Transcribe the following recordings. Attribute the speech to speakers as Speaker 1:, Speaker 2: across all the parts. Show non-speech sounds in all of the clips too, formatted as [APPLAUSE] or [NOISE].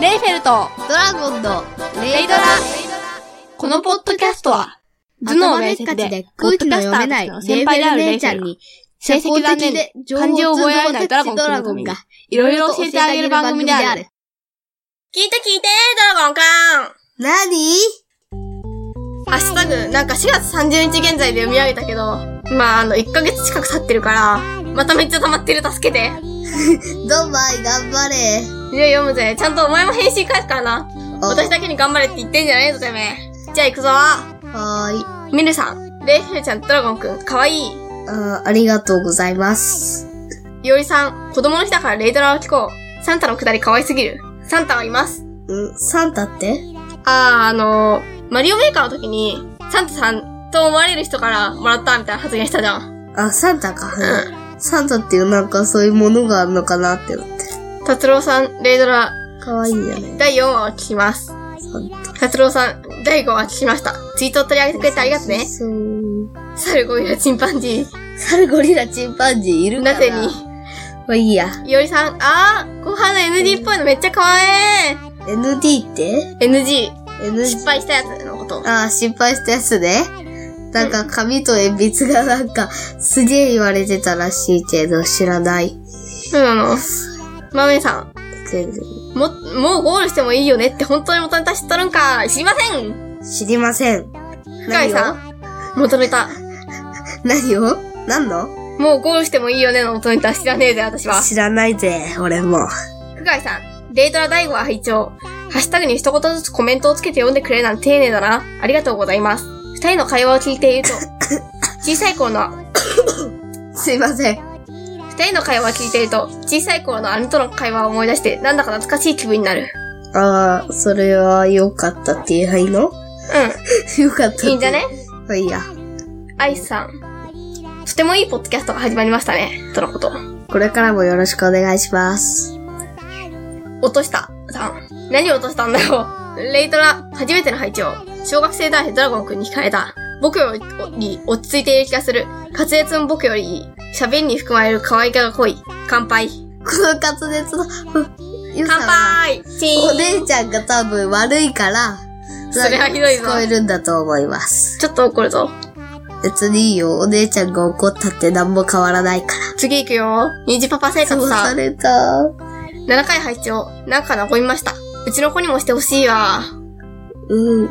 Speaker 1: レイフェルト
Speaker 2: ドラゴンのレイドラ。
Speaker 1: このポッドキャストは、頭脳
Speaker 2: 頭
Speaker 1: 明
Speaker 2: 明
Speaker 1: 晰
Speaker 2: 晰
Speaker 1: で
Speaker 2: で、
Speaker 1: 空
Speaker 2: 空
Speaker 1: 気
Speaker 2: 気
Speaker 1: の読
Speaker 2: の読
Speaker 1: めな
Speaker 2: めないい
Speaker 1: レイ
Speaker 2: レイ
Speaker 1: フ
Speaker 2: フ
Speaker 1: ェル
Speaker 2: ェル
Speaker 1: 姉
Speaker 2: 姉
Speaker 1: ち
Speaker 2: ち
Speaker 1: ゃ
Speaker 2: ゃ
Speaker 1: ん
Speaker 2: ん
Speaker 1: に
Speaker 2: に、
Speaker 1: 成
Speaker 2: 成
Speaker 1: 績
Speaker 2: 績
Speaker 1: 残念
Speaker 2: 残念
Speaker 1: で
Speaker 2: で、
Speaker 1: 漢
Speaker 2: 漢
Speaker 1: 字
Speaker 2: 字
Speaker 1: を
Speaker 2: を
Speaker 1: 覚
Speaker 2: 覚
Speaker 1: え
Speaker 2: え
Speaker 1: られな
Speaker 2: られないい
Speaker 1: ドラ
Speaker 2: ドラ
Speaker 1: ゴ
Speaker 2: ゴ
Speaker 1: ンくんの
Speaker 2: ンくんの
Speaker 1: み
Speaker 2: み、
Speaker 1: い
Speaker 2: い
Speaker 1: ろ
Speaker 2: ろ
Speaker 1: い
Speaker 2: い
Speaker 1: ろ
Speaker 2: ろ
Speaker 1: 教
Speaker 2: 教
Speaker 1: え
Speaker 2: え
Speaker 1: て
Speaker 2: て
Speaker 1: あ
Speaker 2: あ
Speaker 1: げる
Speaker 2: げる
Speaker 1: 番
Speaker 2: 番
Speaker 1: 組で
Speaker 2: 組で
Speaker 1: あ
Speaker 2: あ
Speaker 1: る
Speaker 2: る。。
Speaker 3: 聞いて聞いて、ドラゴンくん。
Speaker 2: なに
Speaker 3: ハッシュタグ、なんか4月30日現在で読み上げたけど、まあ、あの、1ヶ月近く経ってるから、まためっちゃ溜まってる、助けて。
Speaker 2: ドバイ頑張れ。
Speaker 3: いや、読むぜ。ちゃんとお前も返信返すからな。私だけに頑張れって言ってんじゃないぞ、てめえ。じゃあ行くぞ。
Speaker 2: はーい。
Speaker 3: ミルさん、レイフェルちゃん、ドラゴンくん、かわいい。
Speaker 2: あーありがとうございます。
Speaker 3: いおりさん、子供の日だからレイドラを聞こう。サンタのくだり可愛すぎる。サンタはいます。
Speaker 2: うん、サンタって
Speaker 3: あー、あのー、マリオメーカーの時に、サンタさんと思われる人からもらったみたいな発言したじゃん。
Speaker 2: あ、サンタか。
Speaker 3: う
Speaker 2: サンタっていうなんかそういうものがあるのかなって思って。
Speaker 3: ん。達郎さん、レイドラ、
Speaker 2: かわいいよね。
Speaker 3: 第4話を聞きます。
Speaker 2: サンタ。
Speaker 3: 達郎さん、第5話聞きました。ツイートを取り上げてくれてありがとうね。
Speaker 2: そう。
Speaker 3: サルゴリラチンパンジ
Speaker 2: サルゴリラチンパンジーい
Speaker 3: ー。
Speaker 2: る
Speaker 3: な
Speaker 2: かな
Speaker 3: ぜに、
Speaker 2: まあいいや。
Speaker 3: いおりさん、あー、後半の NG っぽいのめっちゃ可愛い。
Speaker 2: ND って
Speaker 3: NG、失
Speaker 2: ?NG?
Speaker 3: 敗したやつのこと。
Speaker 2: ああ、失敗したやつね。なんか紙と鉛筆がなんかすげえ言われてたらしいけど知らない。
Speaker 3: そうなの。マメさん、
Speaker 2: 全然
Speaker 3: も、もうゴールしてもいいよねって本当に元ネタ知っとるんか知りません
Speaker 2: 知りません。
Speaker 3: 深井さん。元ネタ。
Speaker 2: 何を何の
Speaker 3: もうゴールしてもいいよねの元ネタ知らねえぜ、私は。
Speaker 2: 知らないぜ、俺も。
Speaker 3: 深井さん。デイトラ第5話拝聴。ハッシュタグに一言ずつコメントをつけて読んでくれるなんて丁寧だな。ありがとうございます。二人の会話を聞いていると、小さい頃の、
Speaker 2: すいません。
Speaker 3: 二人の会話を聞いていると、小さい頃の姉との会話を思い出して、なんだか懐かしい気分になる。
Speaker 2: ああ、それは良かったって言えばいいの [LAUGHS] 良かったっ
Speaker 3: う
Speaker 2: て。
Speaker 3: ん。いいんじゃね
Speaker 2: まあいいや。
Speaker 3: アイスさん。とてもいいポッドキャストが始まりましたね。とのこと。
Speaker 2: これからもよろしくお願いします。
Speaker 3: 落とした。さん。何を落としたんだよ。レイトラ、初めての配置を。小学生男子ドラゴンくんに惹かれた。僕より落ち着いている気がする。滑舌も僕よりいい。喋りに含まれる可愛がが濃い。乾杯。
Speaker 2: この滑舌の、乾
Speaker 3: 乾杯チ
Speaker 2: お
Speaker 3: ーン
Speaker 2: 姉ちゃんが多分悪いから、
Speaker 3: それはひどいぞ
Speaker 2: 聞こえるんだと思います。
Speaker 3: ちょっと怒るぞ。
Speaker 2: 別にいいよ、お姉ちゃんが怒ったって何も変わらないから。
Speaker 3: 次行くよ。虹パパ生
Speaker 2: そ
Speaker 3: 活
Speaker 2: うさ
Speaker 3: さ。
Speaker 2: れた。
Speaker 3: 7回配置を。なんか和みました。うちの子にもしてほしいわ。
Speaker 2: うん。え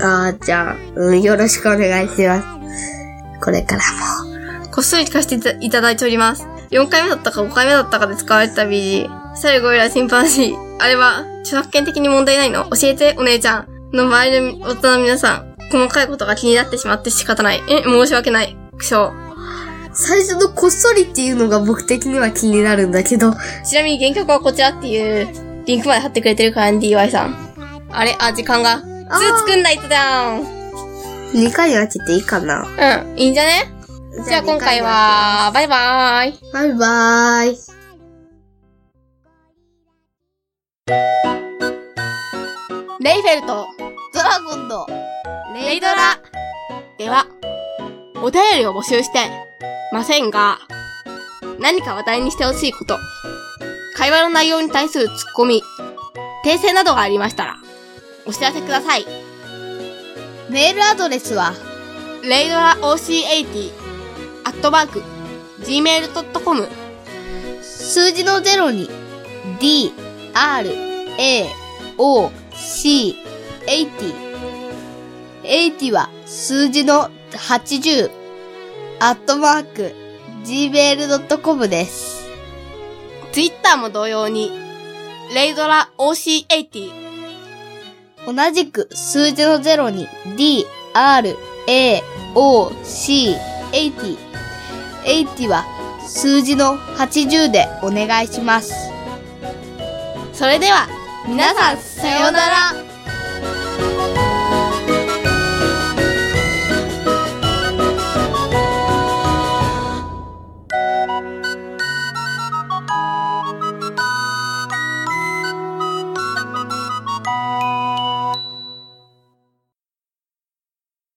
Speaker 2: あー、じゃあ、うん、よろしくお願いします。これからも。
Speaker 3: こっそり聞かせていただいております。4回目だったか5回目だったかで使われてた BG。最後よりはチンパンジー。あれは、著作権的に問題ないの教えて、お姉ちゃん。の周りの大人の皆さん。細かいことが気になってしまって仕方ない。え、申し訳ない。苦笑。
Speaker 2: 最初のこっそりっていうのが僕的には気になるんだけど、
Speaker 3: ちなみに原曲はこちらっていう、リンクまで貼ってくれてるから DY さん。あれあ、時間が。
Speaker 2: あー
Speaker 3: 2作んないとじゃん。
Speaker 2: 2回に分けていいかな。
Speaker 3: うん、いいんじゃねじゃあ今回は、バイバーイ。
Speaker 2: バイバーイ。
Speaker 1: レイフェルト
Speaker 2: ドラゴンの
Speaker 1: レイドラでは、お便りを募集してませんが、何か話題にしてほしいこと、会話の内容に対するツッコミ、訂正などがありましたら、お知らせください。
Speaker 2: メールアドレスは、
Speaker 1: レイドラ OC80、アットマーク、gmail.com、
Speaker 2: 数字の0に D, R, A, O, C, 80。80は数字の80。アットマーク、gmail.com です。
Speaker 1: Twitter も同様に、レイドラ OC80、
Speaker 2: 同じく数字の0に D, R, A, O, C, 80。80は数字の80でお願いします。
Speaker 1: それでは、皆さん、さようなら